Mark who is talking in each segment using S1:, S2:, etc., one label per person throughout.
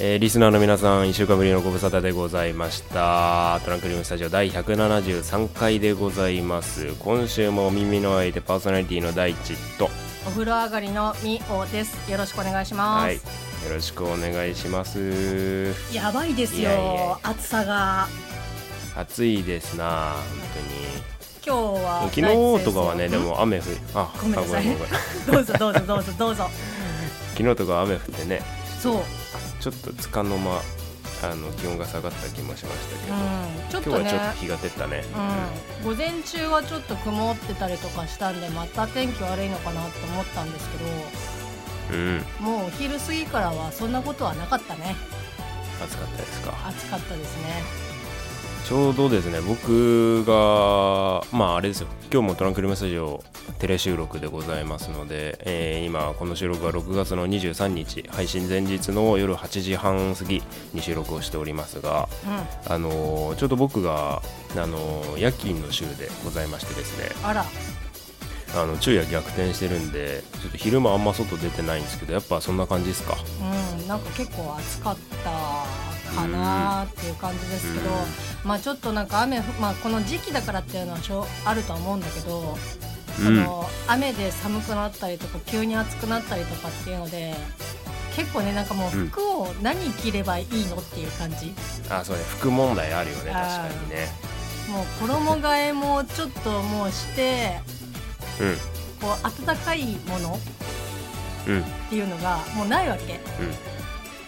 S1: えーリスナーの皆さん1週間ぶりのご無沙汰でございましたトランクルームスタジオ第173回でございます今週もお耳の相手パーソナリティの大地と
S2: お風呂上がりのみおです。よろしくお願いします。
S1: はいよろしくお願いします
S2: やばいですよ。
S1: いやいやいや
S2: 暑さが
S1: 暑いですな本
S2: 今日は
S1: 当にもう昨日とかはね
S2: 大
S1: で
S2: 地先生
S1: も雨降りあ
S2: ごめんなさい
S1: あごめん
S2: どうぞどうぞどうぞどうぞ。
S1: 昨日とか雨降ってね
S2: そう、うん、
S1: ちょっとつかの間あの気温が下がった気もしましたけど、
S2: ちょっ
S1: 今
S2: と
S1: 日は
S2: ね
S1: ちょっと。日が照ったね、
S2: うん、午前中はちょっと曇ってたりとかしたんでまた天気悪いのかなと思ったんですけど
S1: うん、
S2: もうお昼過ぎからはそんなことはなかったね
S1: 暑かったですか
S2: 暑かったですね
S1: ちょうどですね僕がまああれですよ今日もトランクルームスタジオテレ収録でございますので、えー今この収録は6月の23日配信前日の夜8時半過ぎに収録をしておりますが
S2: う
S1: あのーちょうど僕があのー夜勤の週でございましてですね
S2: んあら
S1: あの昼夜逆転してるんでちょっと昼間あんま外出てないんですけどやっぱそんな感じですか
S2: うん、なんか結構暑かったかなっていう感じですけど、まあちょっとなんか雨ふ、まあ、この時期だからっていうのはしょうあるとは思うんだけど、その雨で寒くなったりとか急に暑くなったりとかっていうので結構ねなんかもう
S1: うん
S2: 服を何着ればいいのっていう感じ、
S1: あそうね服問題あるよね確
S2: あ
S1: か
S2: ー
S1: にね
S2: もう衣替えもちょっともうしてこう暖かいものっ
S1: うんうん
S2: ていうのがもうないわけ。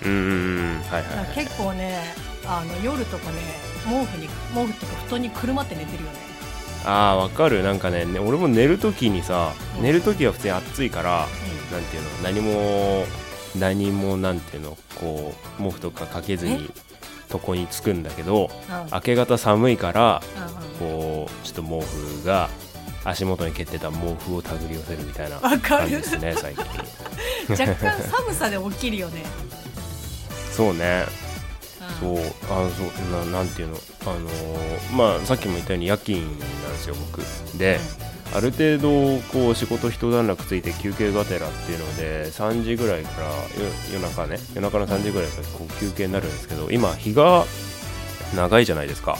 S1: うんうんうんうんはいはい、
S2: だ
S1: は
S2: から
S1: い、
S2: 結構ねあの夜とかね毛布に毛布っていうか布団にくるまって寝てるよね
S1: あーわかるなんかねね俺も寝るときにさ、
S2: うん
S1: 寝るときは普通に暑いからなんていうの何も何もなんていうのこう毛布とかかけずに床につくんだけど
S2: うんうん
S1: 明け方寒いから
S2: うん
S1: こうちょっと毛布が足元に蹴ってた毛布を手繰り寄せるみたいな
S2: わかる
S1: 感じです ね最近
S2: 若干寒さで起きるよね、
S1: そうね
S2: う
S1: そ
S2: ん
S1: うあのそうななんていうのあのーまあさっきも言ったように夜勤なんですよ僕で、ある程度こう仕事一段落ついて休憩がてらっていうので3時ぐらいからよ夜中ね夜中の3時ぐらいからこう休憩になるんですけど今日が長いじゃないですか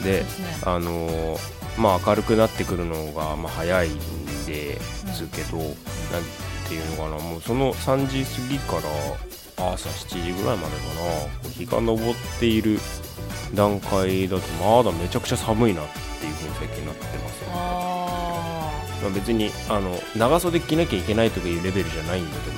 S2: そう
S1: で
S2: ですね
S1: あのーまあ明るくなってくるのがまあ早いんですけど、なんていうのかなもうその3時過ぎから朝7時ぐらいまでかなこう日が昇っている段階だとまだめちゃくちゃ寒いなっていうふうに最近なってますよ
S2: あ
S1: まあ、別にあの長袖着なきゃいけないとかいうレベルじゃないんだけ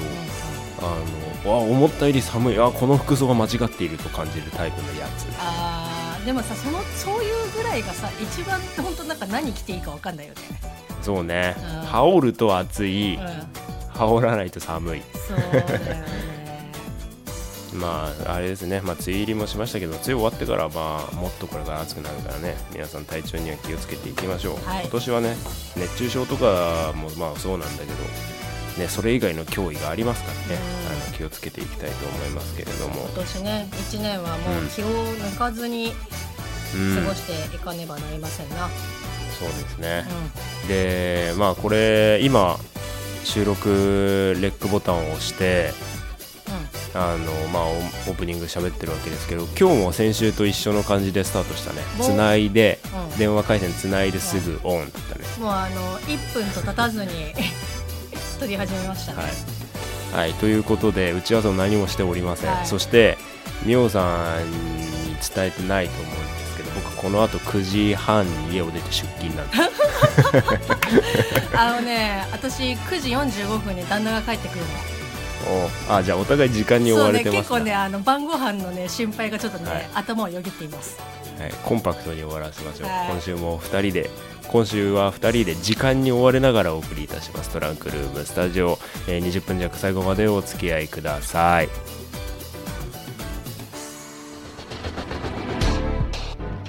S2: ー
S1: ど、あのわあ思ったより寒いあこの服装が間違っていると感じるタイプのやつ
S2: あーでもさそのそういうぐらいがさ一番本当なんか何着ていいかわかんないよね、
S1: そうね
S2: うん
S1: 羽織ると暑
S2: う
S1: い
S2: ん、
S1: 羽織らないと寒い
S2: そうだよね
S1: まああれですね、まあ、梅雨入りもしましたけど梅雨終わってからまあもっとこれから暑くなるからね皆さん体調には気をつけていきましょう、
S2: はい
S1: 今年はね熱中症とかもまあそうなんだけど、ね、それ以外の脅威がありますからね
S2: うん
S1: あの気をつけていきたいと思いますけれども
S2: 今。年ね一年はもう気を抜かずに
S1: うん
S2: 過ごしていかねばなりませんな、うん
S1: そうですね、でまあこれ今収録レックボタンを押してあのまあオオープニング喋ってるわけですけど今日も先週と一緒の感じでスタートしたね
S2: お
S1: つないで、
S2: うん
S1: 電話回線つないですぐオンだったね
S2: もうあの1分と経た ずに撮り始めましたね、
S1: はい、はい、ということで打ち合わせを何もしておりません、
S2: はい
S1: そしてみおさんに伝えてないと思うんですけど僕このあと9時半に家を出て出勤なんです
S2: あのね私9時45分に旦那が帰ってくるの
S1: おあじゃあお互い時間に追われて
S2: そうね
S1: ま
S2: 結
S1: すね
S2: 構ねあの晩ご飯のね心配がちょっとね、
S1: はい
S2: 頭をよぎっています
S1: はい、コンパクトに終わらせましょう、
S2: はい
S1: 今週も2人で今週は2人で時間に追われながらお送りいたしますトランクルームスタジオ、えー20分弱最後までお付き合いください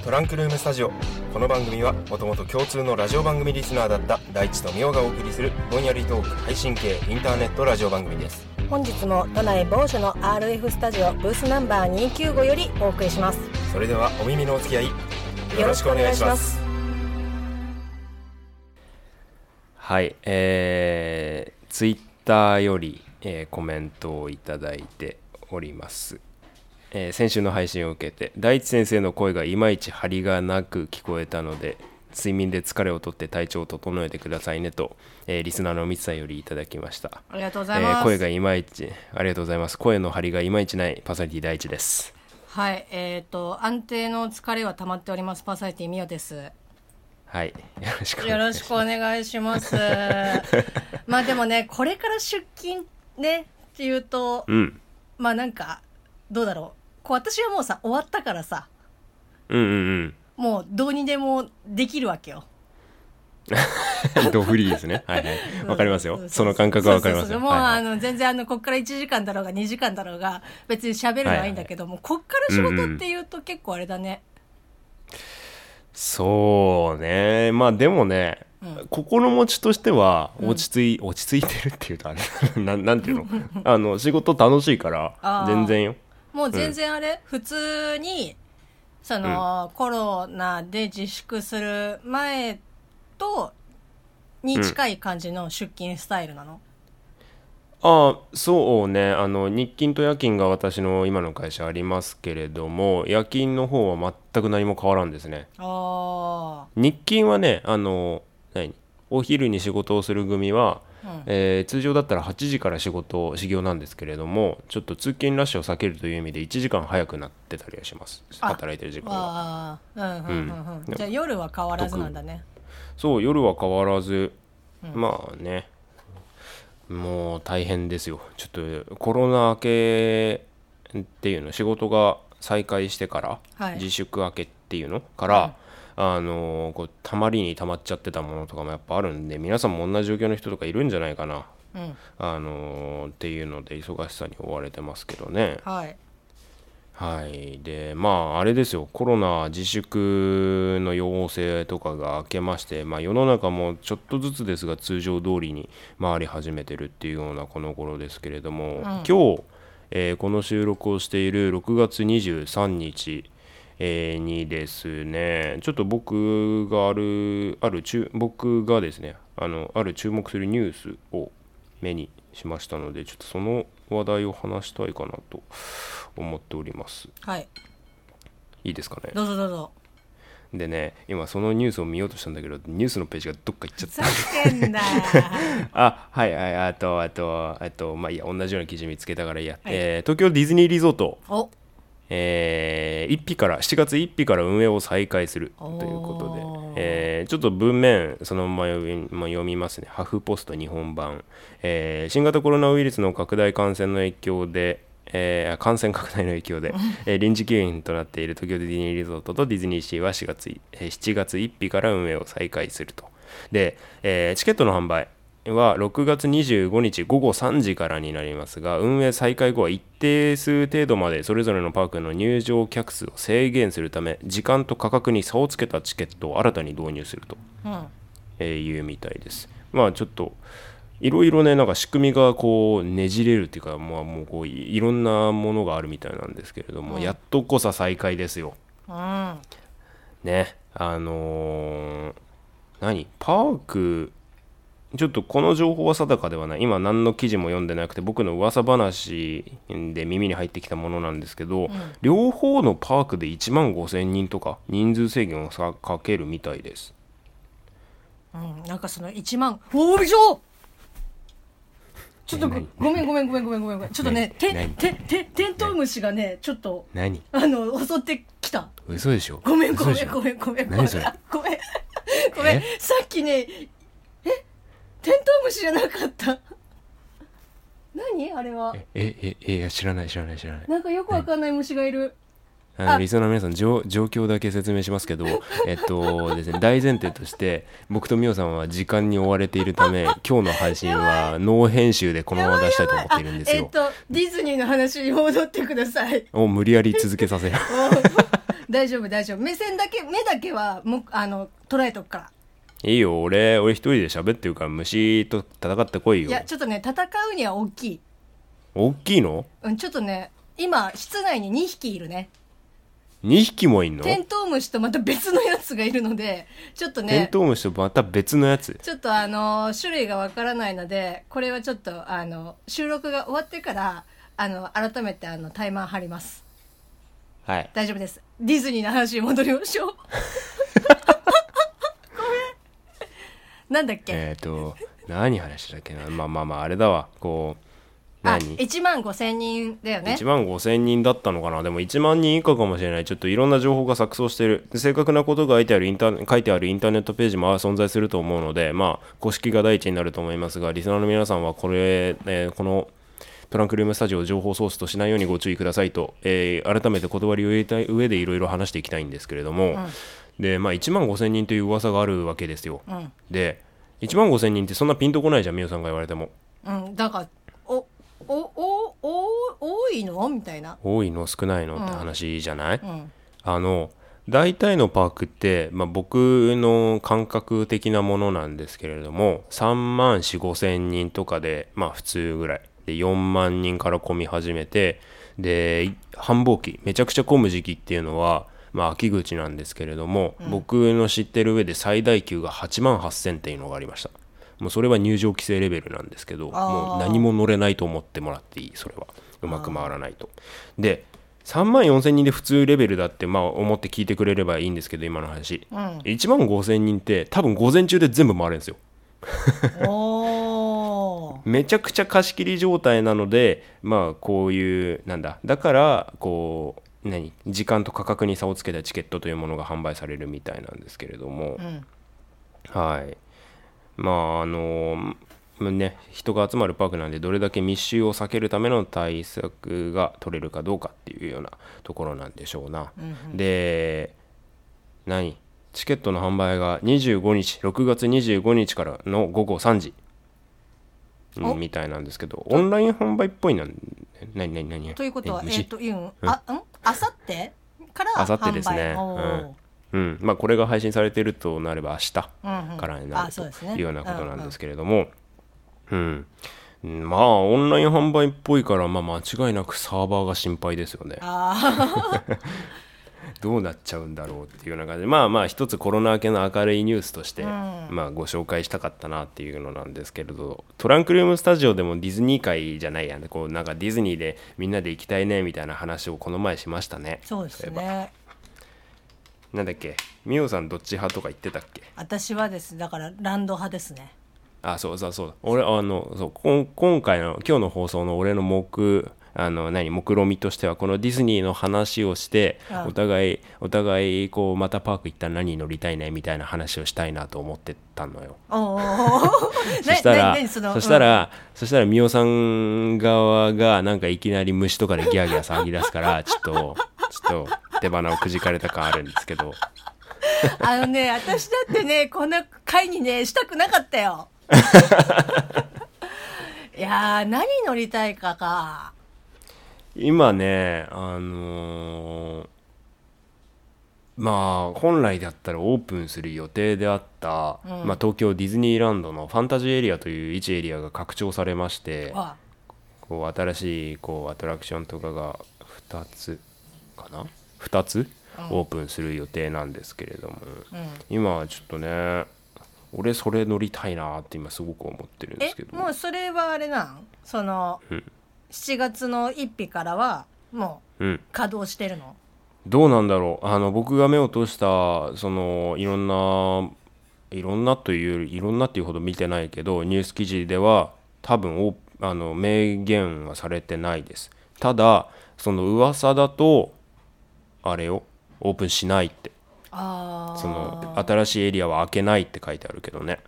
S1: トランクルームスタジオこの番組はもともと共通のラジオ番組リスナーだった大地とみおがお送りするぼんやりトーク配信系インターネットラジオ番組です
S2: 本日も都内某所の RF スタジオブースナンバー295よりお送りします
S1: それではお耳のお付き合いよ
S2: す
S1: はい、えー、ツイッターより、えーコメントをいただいております。えー先週の配信を受けて大地先生の声がいまいち張りがなく聞こえたので睡眠で疲れをとって体調を整えてくださいねと、えーリスナーのみつさんよりいただきました
S2: ありがとうございま
S1: え
S2: す、
S1: ー声がいまいちありがとうございます声の張りがいまいちないパーソナリティ第一です
S2: はいえっ、と安定の疲れは溜まっておりますパーサイティミオです
S1: はいよろしくお
S2: よ
S1: 願
S2: ろ
S1: いし
S2: しくお願い します。まあでもね、これから出勤ね、っていうと、
S1: うん
S2: まあなんか、どうだろう。こう私はもうさ、終わったからさ、
S1: うんうん
S2: もうどうにでもできるわけよ。
S1: うん ドフリーですねはいはいわかり ます
S2: うん
S1: よその感覚はわかります
S2: そうそうそ
S1: よ
S2: うもう、
S1: はいはい
S2: あの、全然あの、こっから1時間だろうが2時間だろうが、別に喋るのはいいんだけど、もうこっから仕事っていうと結構あれだね。
S1: そうねまあでもね、
S2: うん
S1: 心持ちとしては
S2: うん
S1: 落ち着い、落ち着いてるっていうとあれ なんなんていうのあの仕事楽しいから
S2: あー
S1: 全然よ
S2: もう全然あれ、普通に、その、コロナで自粛する前と、に近い感じの出勤スタイルなの。
S1: ああそうねあの日勤と夜勤が私の今の会社ありますけれども夜勤の方は全く何も変わらんですね
S2: あ
S1: 日勤はねあの何お昼に仕事をする組は、
S2: あ、うん。
S1: えー通常だったら8時から仕事始業なんですけれどもちょっと通勤ラッシュを避けるという意味で1時間早くなってたりはします
S2: あ
S1: 働いてる時間が
S2: ああ、うんうんうんうん。
S1: うん
S2: じゃあ夜は変わらずなんだね。
S1: そう夜は変わらず、まあねもう大変ですよちょっとコロナ明けっていうの仕事が再開してから、
S2: はい
S1: 自粛明けっていうのから、あのこうたまりにたまっちゃってたものとかもやっぱあるんで皆さんも同じ状況の人とかいるんじゃないかな
S2: うん。
S1: あのっていうので忙しさに追われてますけどね
S2: はい。
S1: はい、でまああれですよコロナ自粛の要請とかが明けまして、まあ、世の中もちょっとずつですが通常通りに回り始めてるっていうようなこの頃ですけれども、今日、えーこの収録をしている6月23日、えーにですねちょっと僕があるある注僕がですねあのある注目するニュースを目にしましたのでちょっとその話題を話したいかなと思っております
S2: はい。
S1: いいですかね
S2: どうぞどうぞ。
S1: でね今そのニュースを見ようとしたんだけどニュースのページがどっか行っちゃっ
S2: ふざ
S1: た
S2: けんなよ。
S1: あはいはいあとあとあとまあいいや同じような記事見つけたからいいや、えー東京ディズニーリゾート
S2: お、
S1: えー、1日から7月1日から運営を再開するということ
S2: おー
S1: で、えーちょっと文面そのまま読みまあ読みますねハフポスト日本版、えー新型コロナウイルスの拡大感染の影響でえー感染拡大の影響 で、えー臨時休園となっている東京ディズニーリゾートとディズニーシーは4月い、えー7月1日から運営を再開すると。で、えーチケットの販売は6月25日午後3時からになりますが運営再開後は一定数程度までそれぞれのパークの入場客数を制限するため時間と価格に差をつけたチケットを新たに導入すると、
S2: うん。
S1: えーいうみたいです。まあちょっといろいろねなんか仕組みがこうねじれるっていうか、まあ、もうこういいろんなものがあるみたいなんですけれども、やっとこさ再開ですよ。
S2: うん。
S1: ねあのー何パークちょっとこの情報は定かではない今何の記事も読んでなくて僕の噂話で耳に入ってきたものなんですけど、両方のパークで1万5,000人とか人数制限をさかけるみたいです
S2: うん、なんかその1万、おお、びしょちょっとご
S1: 何
S2: ごめんごめんごめんごめんごめん。ちょっとね、て
S1: 何、
S2: て、て、テントウムシがね、ちょっと、
S1: 何
S2: あの、襲ってきた。
S1: 嘘でしょ
S2: ごめんご
S1: 嘘で
S2: め
S1: し
S2: ん
S1: ょ
S2: ごめんごめんごめん。
S1: 何それ
S2: ごめん。ごめん。さっきね、えテントウムシじゃなかった。何あれは。
S1: えええいや知らない知らない知らない
S2: なんかよくわかんない虫がいる。
S1: あ
S2: あ
S1: のリスナーの皆さん状状況だけ説明しますけ どえっとですね大前提として僕とミオさんは時間に追われているた め今日の配信はノー編集でこのまま出したいと思っているんです
S2: えっ
S1: よ。
S2: と、ディズニーの話に戻ってくださ い。
S1: を無理やり続けさせる
S2: 大丈夫大丈夫。目線だけ、目だけは、もうあの、捉えとくから。
S1: いいよ俺俺一人で喋ってるから虫と戦ってこい
S2: い
S1: よ
S2: や、ちょっとね、戦うには大きい。
S1: 大きいの
S2: うん、ちょっとね、今、室内に2匹いるね。
S1: 2匹もいんの
S2: テントウムシとまた別のやつがいるので、ちょっと
S1: テン
S2: ね、
S1: トウムシとまた別のやつ
S2: ちょっとあのー、種類がわからないので、これはちょっと、あの、収録が終わってから、あの、改めてあの、タイマー張ります。
S1: はい
S2: 大丈夫ですディズニーの話に戻りましょうごめんなんだっけ、
S1: えっ、ー、と何話したっけなまあまあまああれだわこう
S2: あ
S1: 何
S2: 1万5千人だよね
S1: 1万5000人だったのかなでも1万人以下かもしれないちょっといろんな情報が錯綜してるで正確なことが書いてあるインター書いてあるインターネットページも存在すると思うのでまあ公式が第一になると思いますがリスナーの皆さんはこれ、えーこのトランクルームスタジオを情報ソースとしないようにご注意くださいと、えー改めて断りを入れたい上でいろいろ話していきたいんですけれども、でまあ1万5000人という噂があるわけですよ、
S2: うん
S1: で1万5000人ってそんなピンとこないじゃんみおさんが言われても
S2: うんだからおおおお多いのみたい な
S1: 多いの少ないのって話じゃない、
S2: うん
S1: あの大体のパークって、まあ、僕の感覚的なものなんですけれども3万4 5千人とかでまあ普通ぐらいで4万人から混み始めてで繁忙期めちゃくちゃ混む時期っていうのは、まあ、秋口なんですけれども、僕の知ってる上で最大級が8万8,000っていうのがありましたもうそれは入場規制レベルなんですけど
S2: あー
S1: もう何も乗れないと思ってもらっていいそれはうまく回らないとで3万4千人で普通レベルだってまあ思って聞いてくれればいいんですけど今の話、
S2: うん
S1: 1万5千人って多分午前中で全部回れるんですよ
S2: おー
S1: めちゃくちゃ貸し切り状態なのでまあこういうなんだだからこう何時間と価格に差をつけたチケットというものが販売されるみたいなんですけれども、
S2: うん
S1: はいまああのまあね人が集まるパークなんでどれだけ密集を避けるための対策が取れるかどうかっていうようなところなんでしょうな、で何チケットの販売が25日6月25日からの午後3時うん
S2: お
S1: みたいなんですけどオンライン販売っぽいなん何何何
S2: ということは
S1: え
S2: えっ、
S1: 虫
S2: とうんあうんあさってから
S1: あさってですね
S2: 販売おー
S1: うんまあ、これが配信されてるとなれば明日
S2: うんうん
S1: からにな
S2: あ
S1: る
S2: そうです
S1: と
S2: ね
S1: いうようなことなんですけれども、うんうんまあオンライン販売っぽいから、まあ、間違いなくサーバーが心配ですよね
S2: あ
S1: どうなっちゃうんだろうっていうような感じでまあまあ一つコロナ明けの明るいニュースとして、
S2: うん
S1: まあ、ご紹介したかったなっていうのなんですけれどトランクルームスタジオでもディズニー界じゃないやねこうなんかディズニーでみんなで行きたいねみたいな話をこの前しましたね
S2: ーそうですね
S1: なんだっけミオさんどっち派とか言ってたっけ
S2: 私はですだからランド派ですね
S1: あそうそうそう俺あのそうこん今回の今日の放送の俺の目あの何目論見みとしてはこのディズニーの話をして
S2: あ
S1: お互いお互いこうまたパーク行ったら何に乗りたいねみたいな話をしたいなと思ってたのよ。
S2: おお
S1: そしたら、
S2: ねねね
S1: そ
S2: の
S1: したら、そしたら、みおさん側が、なんかいきなり虫とかでギャーギャー騒ぎ出すから、ちょっと、ちょっと、手鼻をくじかれた感あるんですけど。
S2: うんあのね私だってねこんな会にねしたくなかったよいやー何乗りたいかか
S1: 今ねあのーまあ本来だったらオープンする予定であった、
S2: うん
S1: まあ、東京ディズニーランドのファンタジーエリアという1エリアが拡張されまして
S2: わ
S1: こう新しいこうアトラクションとかが2つかな2つオープンする予定なんですけれども、
S2: うん
S1: 今はちょっとね俺それ乗りたいなって今すごく思ってるんで
S2: え
S1: すけど
S2: もうそれはあれなんその、7月の1日からはもう
S1: うん
S2: 稼働してるの
S1: どうなんだろうあの僕が目を通したそのいろんないろんなというよりいろんなっていうほど見てないけどニュース記事では多分おあの明言はされてないですただその噂だとあれよオープンしないって
S2: ああ
S1: その新しいエリアは開けないって書いてあるけどね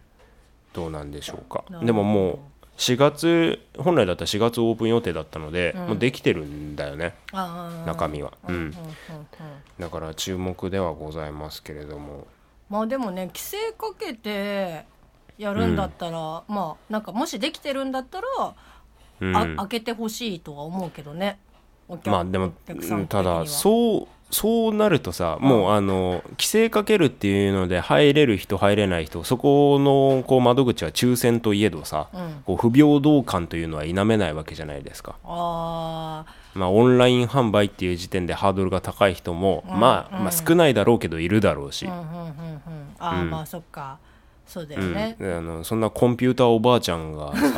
S1: どうなんでしょうか
S2: なるほど
S1: でももう4月本来だったら4月オープン予定だったので、もうできてるんだよね
S2: あ
S1: 中身は、うん
S2: ーうんうんうん
S1: だから注目ではございますけれども
S2: まあでもね規制かけてやるんだったら、まあなんかもしできてるんだったら、
S1: うん
S2: あ開けてほしいとは思うけどねお客
S1: まあでも
S2: お客さん
S1: うんただ
S2: 的には
S1: そうそうなるとさもうあの規制かけるっていうので入れる人入れない人そこのこう窓口は抽選といえどさ、
S2: うん
S1: こう不平等感というのは否めないわけじゃないですか、
S2: あー
S1: まあ、オンライン販売っていう時点でハードルが高い人も、まあ、まあ少ないだろうけどいるだろうし、
S2: うんうんうんうんあー、まあそっかそうだよね、
S1: うん、あのそんなコンピューター おばあちゃんがさ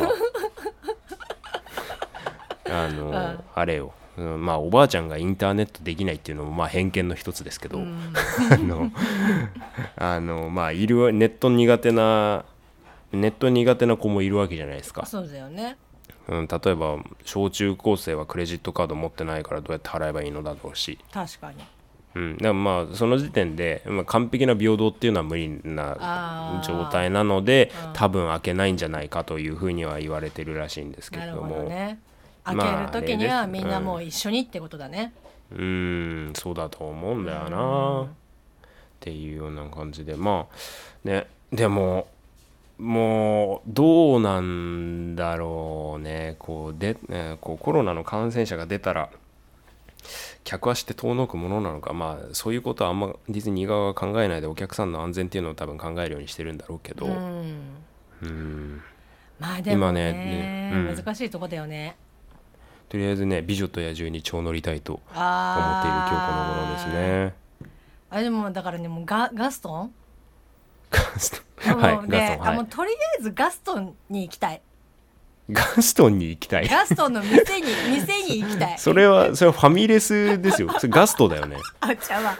S1: あの、あれようんまあ、おばあちゃんがインターネットできないっていうのもまあ偏見の一つですけど、
S2: うん
S1: あのあのまあいるわネット苦手なネット苦手な子もいるわけじゃないですか、
S2: そうだよね
S1: うん、例えば小中高生はクレジットカード持ってないからどうやって払えばいいのだろうし、
S2: 確かに
S1: うん、だからまあその時点で、まあ、完璧な平等っていうのは無理
S2: あ
S1: な
S2: ー
S1: 状態なので
S2: うん
S1: 多分開けないんじゃないかというふうには言われてるらしいんですけ
S2: な
S1: れ
S2: る
S1: ど
S2: ほど
S1: も
S2: ね
S1: まあ
S2: 開ける時に
S1: あ
S2: は
S1: れです
S2: みんなもう一緒にってことだね、
S1: うんそうだと思うんだよな、っていうような感じでまあねでももうどうなんだろうねこうで、えーこうコロナの感染者が出たら客足って遠のくものなのかまあそういうことはあんまディズニー側は考えないでお客さんの安全っていうのを多分考えるようにしてるんだろうけど、
S2: う
S1: うん
S2: んまあで
S1: 今
S2: も
S1: ね
S2: ね
S1: ねうん
S2: 難しいとこだよね
S1: とりあえずね「美女と野獣」に超乗りたいと思っている今
S2: あ
S1: 日
S2: ー
S1: この頃ですね。
S2: あれでもだからねもうガガストン
S1: ガストンはい
S2: も
S1: ガ
S2: う
S1: ス
S2: ね
S1: トン
S2: あ
S1: は
S2: もう
S1: い
S2: とりあえずガストンに行きたい
S1: ガストンに行きたい
S2: ガストンの 店に店に行きたい
S1: それは、それはファミレスですよ。それガストだよね。
S2: あちゃうわ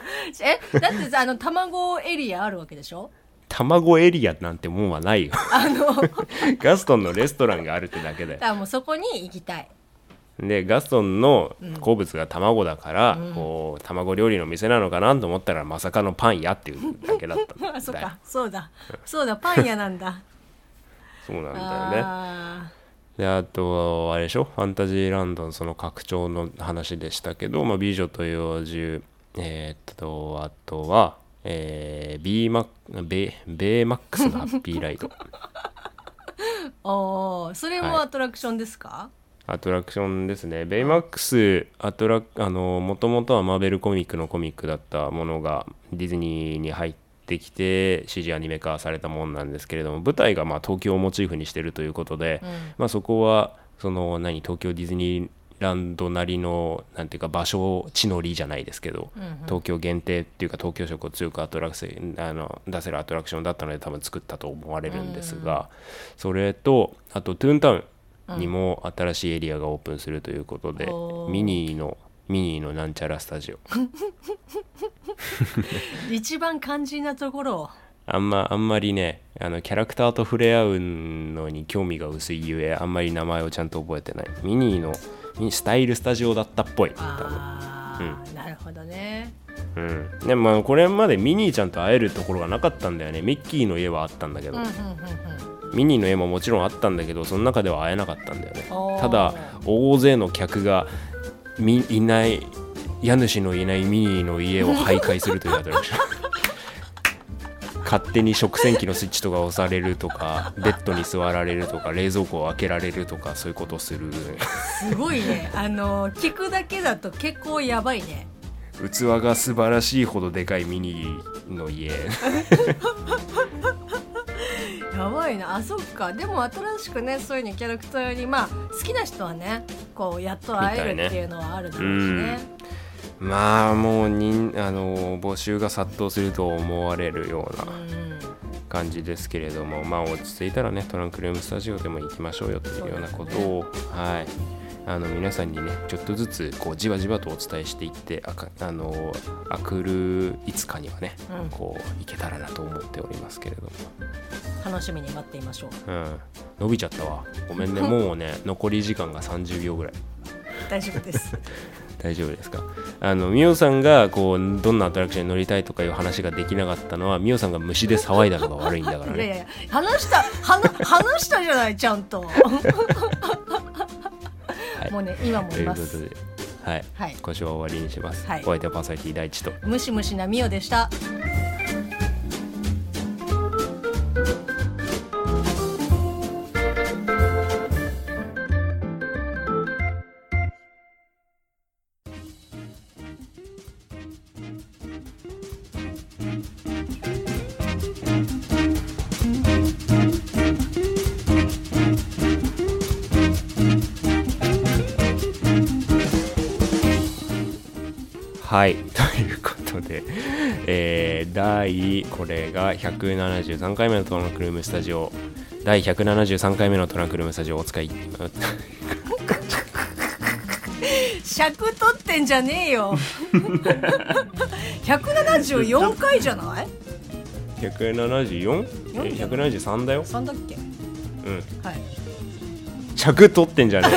S2: えだってさあの卵エリアあるわけでしょ
S1: 卵エリアなんてもんはないよ。
S2: あのだか
S1: ガストンのレストランがあるってだけだよ。
S2: らもうそこに行きたい
S1: で、ガストンの好物が卵だから、こう、卵料理の店なのかなと思ったら、まさかのパン屋っていうだけだ ったんだよ。
S2: あそっかそうだそうだパン屋な んだ
S1: そうなんだよね。
S2: あ
S1: で、あとは、あれでしょファンタジーランドのその拡張の話でしたけど、まあ、美女と幼獣、えーっと、あとは、えー、B マック、ベ、ベーマックスのハッピーライド。
S2: ーおーそれもアトラクションですか、
S1: アトラクションですね。ベイマックス、アトラあの、もともとはマーベルコミックのコミックだったものがディズニーに入ってきて CG アニメ化されたもんなんですけれども、舞台がまあ東京をモチーフにしてるということで、まあそこは、その何、東京ディズニーランドなりの、なんていうか場所、地の利じゃないですけど、東京限定っていうか東京色を強くアトラクションあの出せるアトラクションだったので多分作ったと思われるんですが、それとあとトゥーンタウンにも新しいエリアがオープンするということで、
S2: おー
S1: ミニーのミニーのなんちゃらスタジオ
S2: 一番肝心なところを
S1: あんまあんまりねあのキャラクターと触れ合うのに興味が薄いゆえあんまり名前をちゃんと覚えてないミニーのミスタイルスタジオだったっぽい多分
S2: あー、なるほどね
S1: うん、でもこれまでミニーちゃんと会えるところがなかったんだよねミッキーの家はあったんだけど、
S2: うんうんうん
S1: ミニーの絵ももちろんあったんだけどその中では会えなかったんだよね
S2: おー
S1: ただ大勢の客がみいない家主のいないミニーの家を徘徊するというアトラクション勝手に食洗機のスイッチとか押されるとかベッドに座られるとか冷蔵庫を開けられるとかそういうことをする
S2: すごいねあの聞くだけだと結構やばいね
S1: 器が素晴らしいほどでかいミニーの家
S2: やばいなあそっかでも新しくねそういうにキャラクターにまあ好きな人はねこうやっと会えるっていうのはあるだろうし
S1: みたい
S2: ね
S1: ねまあもうにんあの募集が殺到すると思われるような
S2: うん
S1: 感じですけれどもまあ落ち着いたらねトランクルームスタジオでも行きましょうよというようなことを、はいあの皆さんにねちょっとずつこうじわじわとお伝えしていってあかあのあくるいつかにはね、
S2: うん
S1: こう行けたらなと思っておりますけれども、
S2: 楽しみに待っていましょう
S1: うん、伸びちゃったわごめん ねもうね残り時間が30秒ぐらい
S2: 大丈夫です
S1: 大丈夫ですかあのミオさんがこうどんなアトラクションに乗りたいとかいう話ができなかったのはミオさんが虫で騒いだのが悪いんだから
S2: いや
S1: ね
S2: いやいや話した話話したじゃないちゃんと、
S1: い
S2: もうね今も
S1: と
S2: い
S1: いう
S2: ま
S1: こと
S2: す
S1: で、はい、
S2: はい
S1: 今週は終わりにします。
S2: はい
S1: お相手はパーソナリティ第一と。
S2: ムシムシなミオでした
S1: はい、 ということで、えー第これが173回目のトランクルームスタジオ。第173回目のトランクルームスタジオお使い。
S2: し尺取ってんじゃねえよ 174回じゃない
S1: 174?173 173だよ
S2: 3だっけ
S1: うん
S2: はい
S1: 着取ってんじゃねえ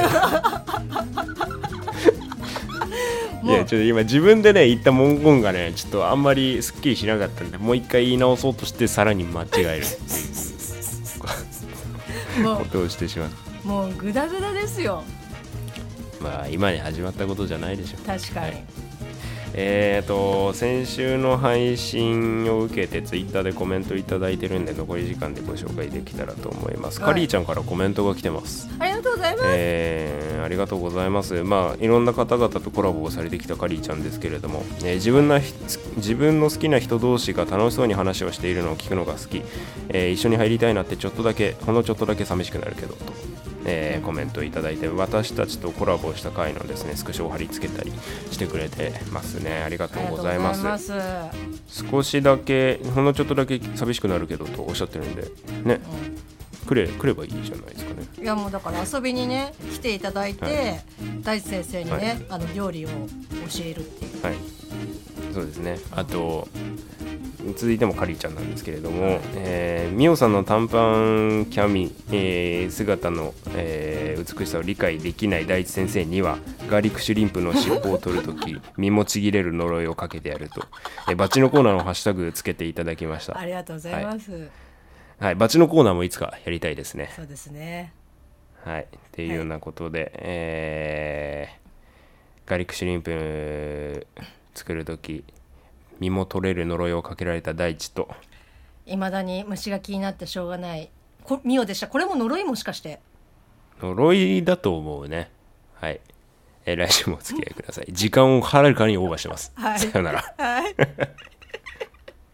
S1: い
S2: も
S1: や
S2: う
S1: ちょっと今自分でね言った文言がねちょっとあんまりすっきりしなかったんでもう一回言い直そうとしてさらに間違え るっていう
S2: も
S1: ことをしてしまう
S2: うもうグダグダですよ
S1: まあ今に始まったことじゃないでしょ
S2: 確かに、
S1: はいえーと先週の配信を受けてツイッターでコメントいただいてるんで残り時間でご紹介できたらと思います、
S2: はい
S1: カリーちゃんからコメントが来てます
S2: ありがとうございます、
S1: えーありがとうございます、まあ、いろんな方々とコラボをされてきたカリーちゃんですけれども、えー自分なひ自分の好きな人同士が楽しそうに話をしているのを聞くのが好き、えー一緒に入りたいなってちょっとだけほんのちょっとだけ寂しくなるけどと、えーコメントをいただいて私たちとコラボした回のですねスクショを貼り付けたりしてくれてますねありがとうございます
S2: ありがとうござい
S1: 少しだけほんのちょっとだけ寂しくなるけどとおっしゃってるんでね
S2: ます、うん
S1: 来れ来ればいいじゃないですかね
S2: いやもうだから遊びにね来ていただいて、
S1: は
S2: 大地先生にね、
S1: はい
S2: あの料理を教えるっていう
S1: はい、そうですね。あと続いてもカリーちゃんなんですけれども、えーミオさんの短パンキャミ、えー姿の、えー美しさを理解できない大地先生にはガーリックシュリンプの尻尾を取るとき身もちぎれる呪いをかけてやると、えーバチのコーナーのハッシュタグつけていただきました
S2: ありがとうございます、
S1: はいバチのコーナーもいつかやりたいですね
S2: そうですね
S1: はい、っていうようなことで、えーガーリックシュリンプ作る時身も取れる呪いをかけられた大地と
S2: いまだに虫が気になってしょうがないこミオでしたこれも呪いもしかして
S1: 呪いだと思うねはい、えー来週もお付き合いください時間をはるかにオーバーしてます、
S2: はい
S1: さよなら
S2: はい